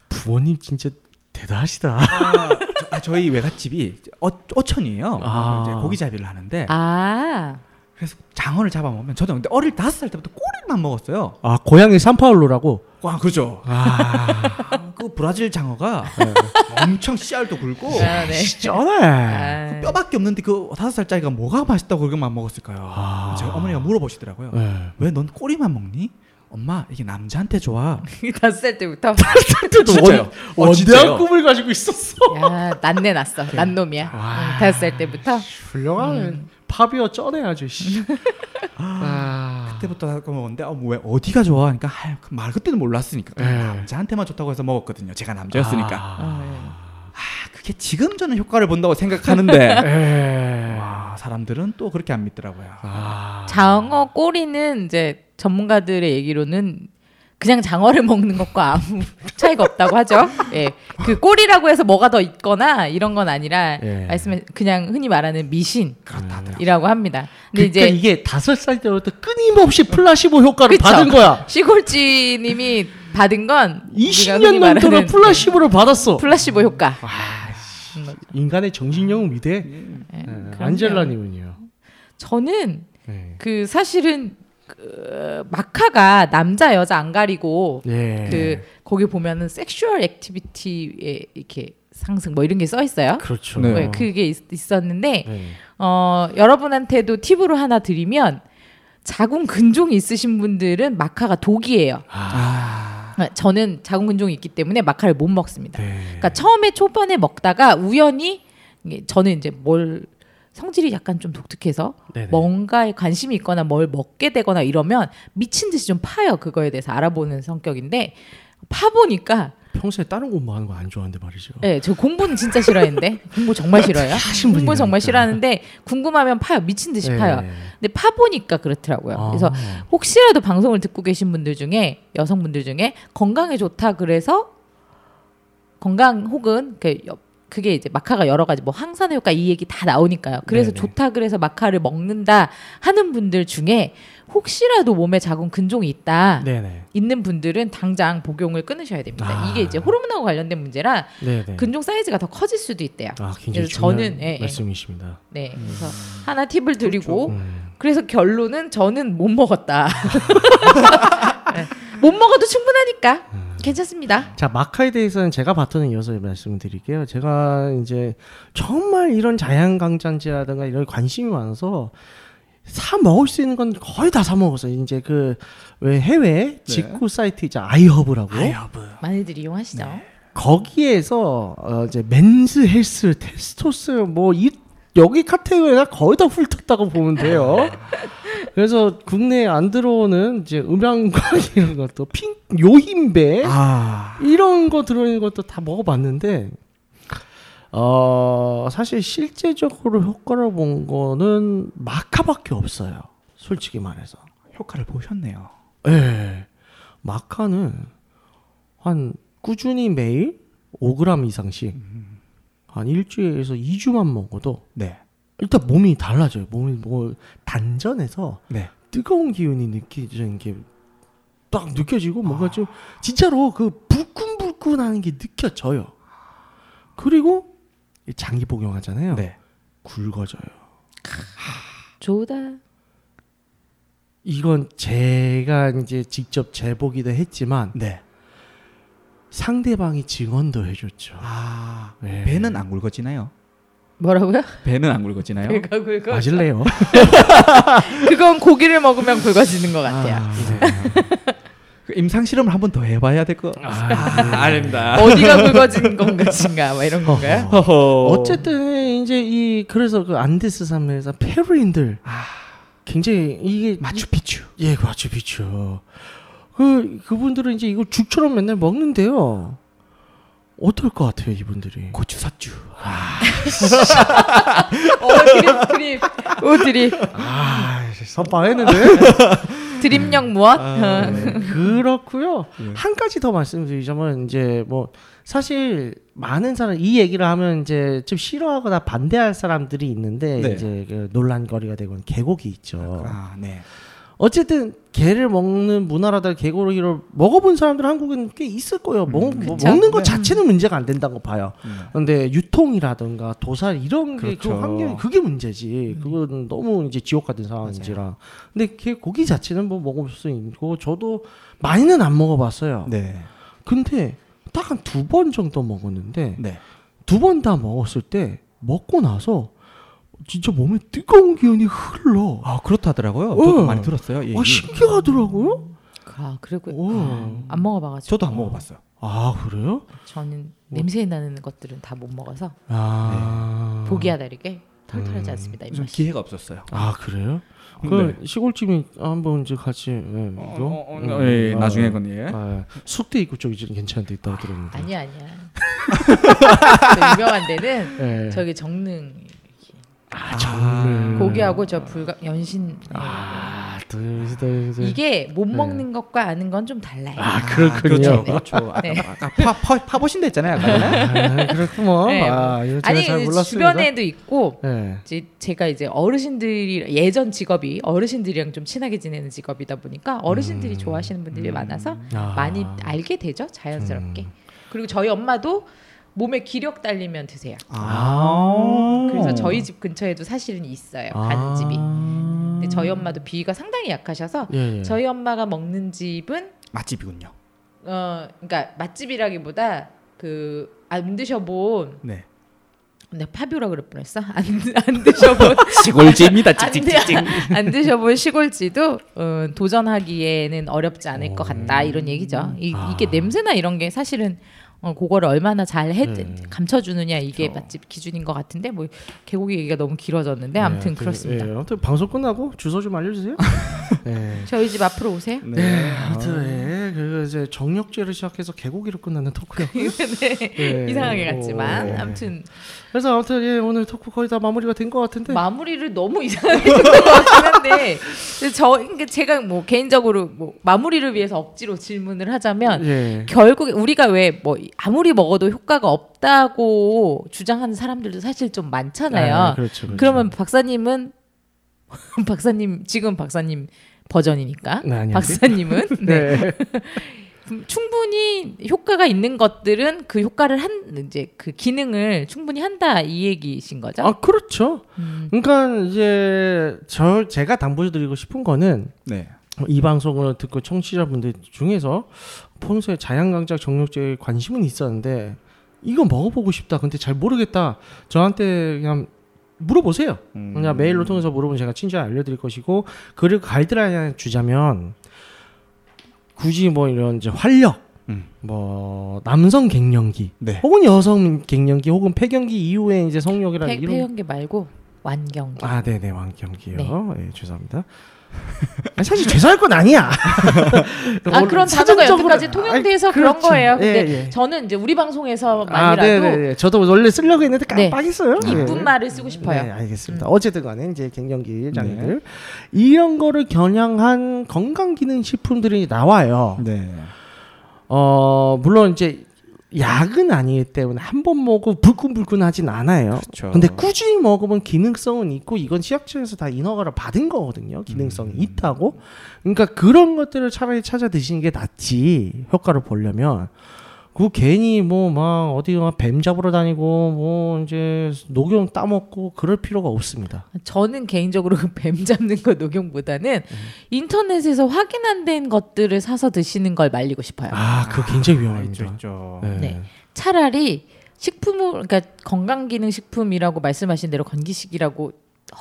C: 부모님 진짜 대단하시다
D: 아,
E: 저- 아, 저희 외갓집이 어, 어천이에요.
C: 아.
E: 이제 고기잡이를 하는데
B: 아
D: 그래서 장어를 잡아먹으면 저는 근데 어릴 다섯 살 때부터 꼬리만 먹었어요.
C: 아 고향이 산파울로라고
D: 와 그렇죠.
C: 아
D: 아, 그 브라질 장어가 <laughs> 엄청 씨알도 굵고
B: 아, 네.
C: 쩌네
B: 아,
D: 뼈밖에 없는데 그 다섯 살짜리가 뭐가 맛있다고 그렇게만 먹었을까요?
C: 아.
D: 제가 어머니가 물어보시더라고요.
C: 네.
D: 왜 넌 꼬리만 먹니? 엄마 이게 남자한테 좋아.
B: <laughs> 다섯 살 네.
C: 아.
B: 때부터.
E: 진짜요?
C: 원,
E: 어,
C: 원대한
E: 진짜요?
C: 꿈을 가지고 있었어
B: 야 난내 났어.
C: 네.
B: 난 놈이야.
C: 와.
B: 응, 다섯 살 때부터.
C: 훌륭한
B: 음.
C: 팝이어 쩌네 아주 씨. <laughs> 아
D: 그때부터 다 먹었는데 어, 왜 어디가 좋아? 그러니까 아, 그말 그때는 몰랐으니까
E: 예.
D: 그냥
C: 네.
D: 남자한테만 좋다고 해서 먹었거든요. 제가 남자였으니까. 아,
B: 어,
D: 그게 지금 저는 효과를 본다고
E: <laughs>
D: 생각하는데
C: 아.
E: 예.
C: 에.
D: 와 사람들은 또 그렇게 안 믿더라고요.
C: 아.
B: 장어 꼬리는 이제 전문가들의 얘기로는 그냥 장어를 <laughs> 먹는 것과 아무 차이가 없다고 하죠. 예, 그 꼬리라고 해서 뭐가 더 있거나 이런 건 아니라
C: 예.
B: 말씀해 그냥 흔히 말하는 미신이라고
D: 그렇다더라고요.
B: 합니다. 근데
C: 그러니까
B: 이제
C: 이게 다섯 살 때부터 끊임없이 플라시보 효과를
B: 그쵸.
C: 받은 거야.
B: 시골지님이 받은 건 우리가 흔히
C: 20년
B: 말하는 그 네,
C: 넘도록 플라시보를 받았어.
B: 플라시보 효과. 음,
C: 인간의 정신력은 위대해.
B: 예,
C: 네,
B: 그럼요.
C: 안젤라님은요.
B: 저는
C: 네.
B: 그 사실은 그 마카가 남자 여자 안 가리고
C: 예.
B: 그 거기 보면은 섹슈얼 액티비티에 이렇게 상승 뭐 이런 게 써 있어요.
C: 렇죠
E: 네.
B: 네, 그게 있, 었는데
C: 그렇죠. 네.
B: 어 여러분한테도 팁으로 하나 드리면 자궁 근종이 있으신 분들은 마카가 독이에요.
D: 아.
B: 어, 저는 자궁 근종이 있기 때문에 마카를 못 먹습니다.
C: 네.
B: 그러니까 처음에 초반에 먹다가 우연히 이게 저는 이제 뭘 성질이 약간 좀 독특해서
C: 네네.
B: 뭔가에 관심이 있거나 뭘 먹게 되거나 이러면 미친 듯이 좀 파요 그거에 대해서 알아보는 성격인데 파 보니까
C: 평소에 다른 공부하는 거 안 좋아하는데 말이죠.
B: 예, 저 공부는 진짜 싫어했는데 공부 정말 싫어요.
C: 하신 네. 분이니까.
B: 공부 정말 싫어하는데 궁금하면 파요 미친 듯이
C: 예.
B: 파요. 근데 파 보니까 그렇더라고요.
C: 아.
B: 그래서 혹시라도 방송을 듣고 계신 분들 중에 여성분들 중에 건강에 좋다 그래서 건강 혹은 그 여- 그게 이제 마카가 여러 가지 뭐 항산화 효과 이 얘기 다 나오니까요. 그래서
C: 네네.
B: 좋다 그래서 마카를 먹는다 하는 분들 중에 혹시라도 몸에 자궁 근종이 있다
C: 네네.
B: 있는 분들은 당장 복용을 끊으셔야 됩니다.
C: 아.
B: 이게 이제 호르몬하고 관련된 문제라
C: 네네.
B: 근종 사이즈가 더 커질 수도 있대요.
C: 아
B: 그래서
C: 굉장히 중요한
B: 저는, 예, 예.
C: 말씀이십니다.
B: 네, 그래서 하나 팁을 드리고
C: 음.
B: 그래서 결론은 저는 못 먹었다. 네. 못 먹어도 충분하니까 괜찮습니다.
C: 자 마카에 대해서는 제가 바터는 이어서 말씀드릴게요. 제가 이제 정말 이런 자연 강장제라든가 이런 관심이 많아서 사 먹을 수 있는 건 거의 다 사 먹었어요. 이제 그 왜 해외 직구 사이트 이제 네. 아이허브라고
E: 아이허브.
B: 많이들 이용하시죠.
C: 거기에서 어 이제 맨스 헬스, 테스토스 뭐 이 여기 카테고리가 거의 다 훑었다고 보면 돼요. 그래서 국내에 안 들어오는 이제 음양광 <laughs> 이런 것도 핑 요흰배
D: 아
C: 이런 거 들어있는 것도 다 먹어봤는데 어 사실 실제적으로 효과를 본 거는 마카밖에 없어요 솔직히 말해서
D: 효과를 보셨네요.
C: 예 마카는 한 꾸준히 매일 5g 이상씩 한 일주일에서 2주만 먹어도
D: 네.
C: 일단 몸이 달라져요 몸이 뭐 단전에서
D: 네.
C: 뜨거운 기운이 느껴지는 게 딱 느껴지고 뭔가 좀 진짜로 그 불끈불끈하는 게 느껴져요. 그리고 이 장기 복용하잖아요.
E: 네.
C: 굵어져요.
B: 좋다.
C: 이건 제가 이제 직접 재보기도 했지만
E: 네.
C: 상대방이 증언도 해줬죠.
E: 아
C: 네.
E: 배는 안 굵어지나요?
B: 뭐라고요?
E: 배는 안 굵어지나요?
D: 네.
B: 그거 그거
C: 마실래요?
B: 그건 고기를 먹으면 굵어지는 것 같아요.
C: 네.
B: 네.
E: 그 임상 실험을 한 번 더 해봐야 될 거. 아,
D: 네.
E: 아닙니다.
B: 어디가 굵어진 건가인가 막 이런 건가요?
C: 어. 어쨌든 이제 이 그래서 그 안데스 산맥에서 페루인들
B: 아.
C: 굉장히 이게 마추픽추 예 마추픽추 그 그분들은 이제 이걸 죽처럼 맨날 먹는데요 어떨 것 같아요 이분들이
E: 고추 사주.
B: 어, 드림 드림 오 드림
C: 아 선빵했는데
B: 드림형 무엇?
D: 아.
B: 어.
D: 네.
C: 그렇고요
E: 예.
C: 한 가지 더 말씀드리자면 이제 뭐 사실 많은 사람 이 얘기를 하면 이제 좀 싫어하거나 반대할 사람들이 있는데
E: 네.
C: 이제 그 논란거리가 되건 계곡이 있죠.
E: 아 네.
C: 어쨌든 개를 먹는 문화라다 개고기를 먹어본 사람들 한국에는 꽤 있을 거예요. 먹, 뭐
B: 그쵸.
C: 먹는 것
E: 네.
C: 자체는 문제가 안 된다고 봐요.
E: 음.
C: 근데 유통이라든가 도살 이런 게 그
E: 그렇죠. 음.
C: 환경이 그게 문제지. 그건 너무 이제 지옥 같은 상황인지라. 근데 개고기 자체는 뭐 먹을 수 있고 저도 많이는 안 먹어봤어요.
E: 네.
C: 근데 딱 한 두 번 정도 먹었는데
E: 네.
C: 두 번 다 먹었을 때 먹고 나서 진짜 몸에 뜨거운 기운이 흘러.
E: 아 그렇다더라고요. 저도
C: 어.
E: 많이 들었어요. 예,
C: 와
E: 예.
C: 신기하더라고요.
B: 아 그리고
C: 오.
B: 안 먹어봐가지고
E: 저도 안 먹어봤어요.
C: 아 그래요?
B: 저는 냄새 나는 것들은 다 못 먹어서
E: 네.
C: 아
B: 보기와 다르게 털털하지
C: 음,
B: 않습니다
E: 좀
B: 입맛이.
E: 기회가 없었어요.
C: 아 그래요?
E: 네.
C: 그 시골집이 한번 이제 같이 예,
E: 어,
C: 이거?
E: 어, 어,
C: 음,
E: 예,
C: 아,
E: 나중에 건 예.
C: 아, 숙대 입구 쪽이 좀 괜찮은 데 있다고 예. 들었는데
B: 아니야 아니야. <laughs> 저 유명한 데는
C: 예.
B: 저기 정릉
C: 아 정말
B: 고기하고 저 불가 연신 네.
C: 아 들- 들- 들-
B: 이게 못 먹는 것과 아는 건 좀 달라요.
C: 아
E: 그렇죠.
C: 그렇군요
E: 그렇죠. 아까,
B: 네.
E: 아까 파, 파, 파보신 데 있잖아요. 아까.
C: 아, 그렇구먼
B: 네.
C: 아 이거 제가
B: 아니
C: 잘 몰랐습니다
B: 주변에도 있고
C: 예.
B: 이제 제가 이제 어르신들이 예전 직업이 어르신들이랑 좀 친하게 지내는 직업이다 보니까 어르신들이 좋아하시는 분들이 많아서
C: 음. 아. 음.
B: 많이 알게 되죠 자연스럽게 그리고 저희 엄마도 몸에 기력 달리면 드세요
E: 아.
C: 어.
B: 그래서 저희 집 근처에도 사실은 있어요
C: 아.
B: 가는 집이 근데 저희
C: 음.
B: 엄마도 비위가 상당히 약하셔서
C: 예, 예.
B: 저희 엄마가 먹는 집은
E: 아. 맛집이군요.
B: 어 그러니까 맛집이라기보다 그 안 드셔본
E: 네.
B: 내가 파뷰라 그럴 뻔했어 <laughs> 안, 안 드셔본
E: 시골집입니다.
B: 안,
E: 네.
B: 드, 안 드셔본 시골지도 어, 도전하기에는 어렵지 않을 것 같다 이런 얘기죠. 이,
C: 아.
B: 이게 냄새나 이런 게 사실은 어, 그거를 얼마나 잘 해,
C: 네.
B: 감춰주느냐 이게
C: 그렇죠.
B: 맛집 기준인 것 같은데 뭐 계곡 얘기가 너무 길어졌는데 네, 아무튼
C: 예, 그-
B: 그렇습니다.
C: 예, 아무튼 방송 끝나고 주소 좀
B: <laughs>
C: 알려주세요 예.
B: 저희 집 앞으로 오세요. <laughs>
E: 네.
C: 아무튼 예, 그 이제 정력제를 시작해서 개고기로
B: <laughs>
C: 끝나는 토크였고요
B: 네,
C: 예,
B: 이상하게
C: 오,
B: 갔지만
C: 예.
B: 아무튼
C: 그래서 아무튼 예, 오늘 토크 거의 다 마무리가 된 것 같은데
B: 마무리를 너무 이상하게 <laughs> 했던 것 같긴 한데 근데 저 그러니까 제가 뭐 개인적으로 뭐 마무리를 위해서 억지로 질문을 하자면
C: 예.
B: 결국에 우리가 왜 뭐 아무리 먹어도 효과가 없다고 주장하는 사람들도 사실 좀 많잖아요.
C: 아, 그렇죠, 그렇죠.
B: 그러면 박사님은 <laughs> 박사님 지금 박사님 버전이니까
C: 네, 아니요.
B: 박사님은 네.
C: <laughs> 네.
B: 충분히 효과가 있는 것들은 그 효과를 한 이제 그 기능을 충분히 한다 이 얘기신 거죠?
C: 아 그렇죠. 그러니까 이제 저 제가 당부드리고 싶은 거는
E: 네.
C: 이 방송을 듣고 청취자분들 중에서 평소에 자양강장 정력제에 관심은 있었는데 이거 먹어보고 싶다. 근데 잘 모르겠다. 저한테 그냥 물어보세요.
E: 음.
C: 그냥 메일로 통해서 물어보면 제가 친절히 알려드릴 것이고 그리고 가이드라인 하나 주자면 굳이 뭐 이런 이제 활력,
E: 음.
C: 뭐 남성 갱년기,
E: 네.
C: 혹은 여성 갱년기, 혹은 폐경기 이후에 이제 성욕이라는
B: 폐,
C: 이런
B: 폐연계 말고 완경계.
C: 아, 네네, 왕경기요. 예, 죄송합니다. <laughs> 아니, 사실 죄송할 건 아니야.
B: <laughs> 아 그런 단어가 여태까지 통용돼서 그런
C: 그렇죠.
B: 거예요. 근데
C: 예, 예.
B: 저는 이제 우리
C: 아,
B: 방송에서만이라도
C: 네네. 저도 원래 쓰려고 했는데
B: 네.
C: 깜빡했어요.
B: 이쁜
C: 예.
B: 말을 쓰고 싶어요. 음. 네.
C: 네, 알겠습니다. 어쨌든 간에 이제 갱년기 장애들 이런 거를 겨냥한 건강 기능 식품들이 나와요.
E: 네.
C: 어, 물론 이제 약은 아니기 때문에 한 번 먹고 불끈불끈하진 않아요.
E: 그렇죠.
C: 근데 꾸준히 먹으면 기능성은 있고 이건 시약청에서 다 인허가를 받은 거거든요. 기능성이 있다고. 그러니까 그런 것들을 차라리 찾아 드시는 게 낫지. 효과를 보려면 그 괜히 뭐 막 어디 막뱀 잡으러 다니고 뭐 이제 녹용 따먹고 그럴 필요가 없습니다.
B: 저는 개인적으로 <laughs> 뱀 잡는 거 녹용보다는
C: 네.
B: 인터넷에서 확인 안 된 것들을 사서 드시는 걸 말리고 싶어요.
C: 아, 그거 굉장히
E: 있죠,
C: 위험합니다.
E: 있죠.
C: 네.
B: 네. 차라리 식품을 그러니까 건강기능식품이라고 말씀하신 대로 건기식이라고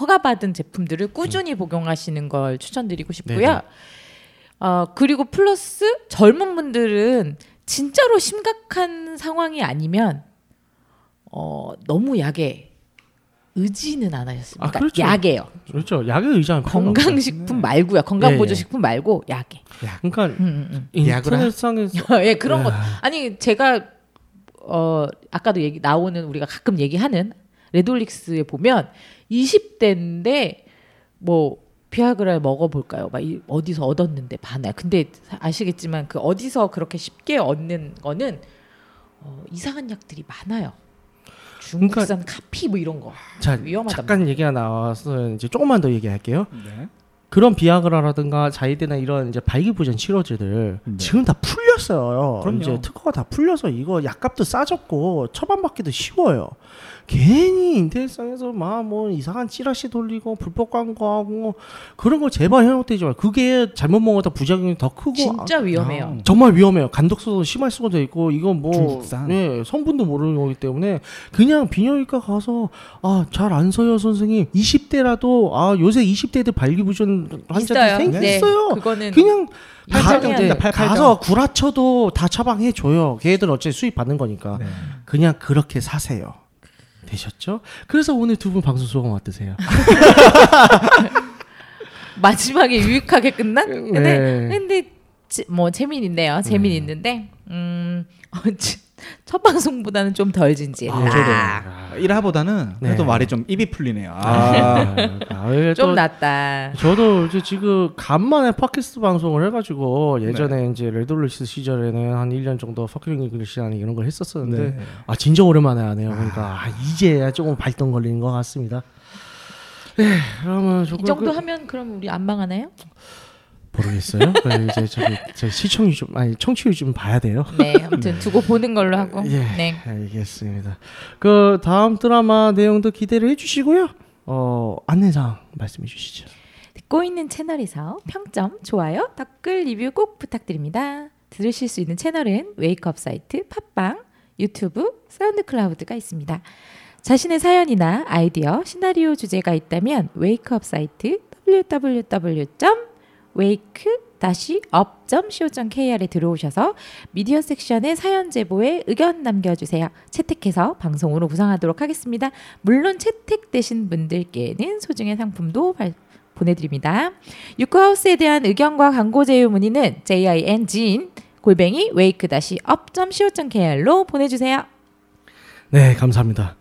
B: 허가받은 제품들을
C: 음.
B: 꾸준히 복용하시는 걸 추천드리고 싶고요. 어, 그리고 플러스 젊은 분들은 진짜로 심각한 상황이 아니면 어, 너무 약에 의지는 안 하셨습니까?
C: 아, 그렇죠.
B: 약에요.
C: 그렇죠. 네. 약에 의지하면 필요가 없어요.
B: 건강식품 말고요. 건강보조식품 말고 약에.
C: 그러니까
B: 음, 음, 음.
D: 약으로 하-
C: 인터넷상에서
B: 예, 그런 것. 아니 제가 어 아까도 얘기 나오는 우리가 가끔 얘기하는 레돌릭스에 보면 20대인데 뭐 비아그라를 먹어볼까요? 막 이- 어디서 얻었는데 반알. 근데 아시겠지만 그 어디서 그렇게 쉽게 얻는 거는 어, 이상한 약들이 많아요. 중국산
C: 그러니까
B: 카피 뭐 이런 거.
C: 자,
B: 위험하단
C: 잠깐 얘기가 나와서 이제 조금만 더 얘기할게요.
D: 네.
C: 그런 비아그라라든가 자이드나 이런 이제 발기부전 치료제들
D: 네.
C: 지금 다 풀렸어요.
D: 그럼요.
C: 이제 특허가 다 풀려서 이거 약값도 싸졌고 처방받기도 쉬워요. 괜히 인터넷상에서 막 뭐 이상한 찌라시 돌리고 불법 광고하고 그런 거 제발 해놓대지 말. 그게 잘못 먹었다 부작용이 더 크고 아,
B: 진짜 위험해요.
C: 정말 위험해요. 간독소도 심할 수가 돼 있고 이건 뭐
D: 중국산.
C: 예, 성분도 모르는 거기 때문에 그냥 비뇨기과 가서 아 잘 안 서요 선생님. 20대라도 아 요새 20대들 발기부전
B: 있어요.
C: 환자들 생
B: 네.
C: 있어요.
B: 그거는
C: 그냥 가,
B: 팔팔경 됩니다.
D: 팔팔경.
C: 가서 구라쳐도 다 처방해 줘요. 걔들 어차피 수입 받는 거니까
D: 네.
C: 그냥 그렇게 사세요. 되셨죠? 그래서 오늘 두 분 방송 소감 어떠세요?
B: 마지막에 유익하게 끝난? 근데,
C: 네.
B: 근데 지- 뭐 재미있네요. 재미있는데 음, <laughs> 어, 지- 첫 방송보다는 좀 덜 진지했다.
D: 아, 일화보다는 그래도
C: 네.
D: 말이 좀 입이 풀리네요. 아.
C: 아, 아,
B: 좀
C: 또
B: 낫다.
C: 저도 이제 지금 간만에 팟캐스트 방송을 해가지고 예전에 이제 레돌리스 시절에는 한 1년 정도 퍼클링 잉글리시 아니 이런 걸 했었었는데
D: 네.
C: 아 진짜 오랜만에 하네요. 그러니까 아, 이제야 조금 발동 걸리는 것 같습니다. 네, 그러면 조금
B: 이 정도
C: 그-
B: 하면 그럼 우리 안 망하나요?
C: 모르겠어요. 그
B: <laughs>
C: 이제 저기 저 시청률 좀 아니 청취율 좀 봐야 돼요. <laughs>
B: 네, 아무튼 두고 보는 걸로 하고.
C: 예,
B: 네.
C: 알겠습니다. 그 다음 드라마 내용도 기대를 해주시고요. 어 안내사항 말씀해 주시죠.
B: 듣고 있는 채널에서 평점, 좋아요, 댓글 리뷰 꼭 부탁드립니다. 들으실 수 있는 채널은 웨이크업 사이트, 팟빵, 유튜브, 사운드 클라우드가 있습니다. 자신의 사연이나 아이디어, 시나리오 주제가 있다면 웨이크업 사이트 www.wake-up.co.kr에 들어오셔서 미디어 섹션의 사연 제보에 의견 남겨주세요. 채택해서 방송으로 구성하도록 하겠습니다. 물론 채택되신 분들께는 소중한 상품도 발- 보내드립니다. 유쿠하우스에 대한 의견과 광고 제휴 문의는 jing 골뱅이 wake-up.co.kr로 보내주세요.
C: 네, 감사합니다.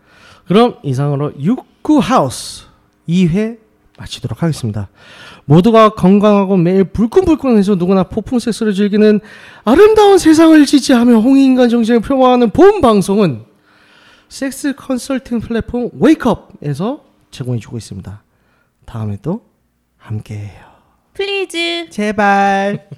C: 그럼 이상으로 육구하우스 2회 마치도록 하겠습니다. 모두가 건강하고 매일 불끈불끈해서 누구나 폭풍 섹스를 즐기는 아름다운 세상을 지지하며 홍익인간 정신을 표방하는 본 방송은 섹스 컨설팅 플랫폼 웨이크업에서 제공해주고 있습니다. 다음에 또 함께해요.
B: 플리즈
D: 제발.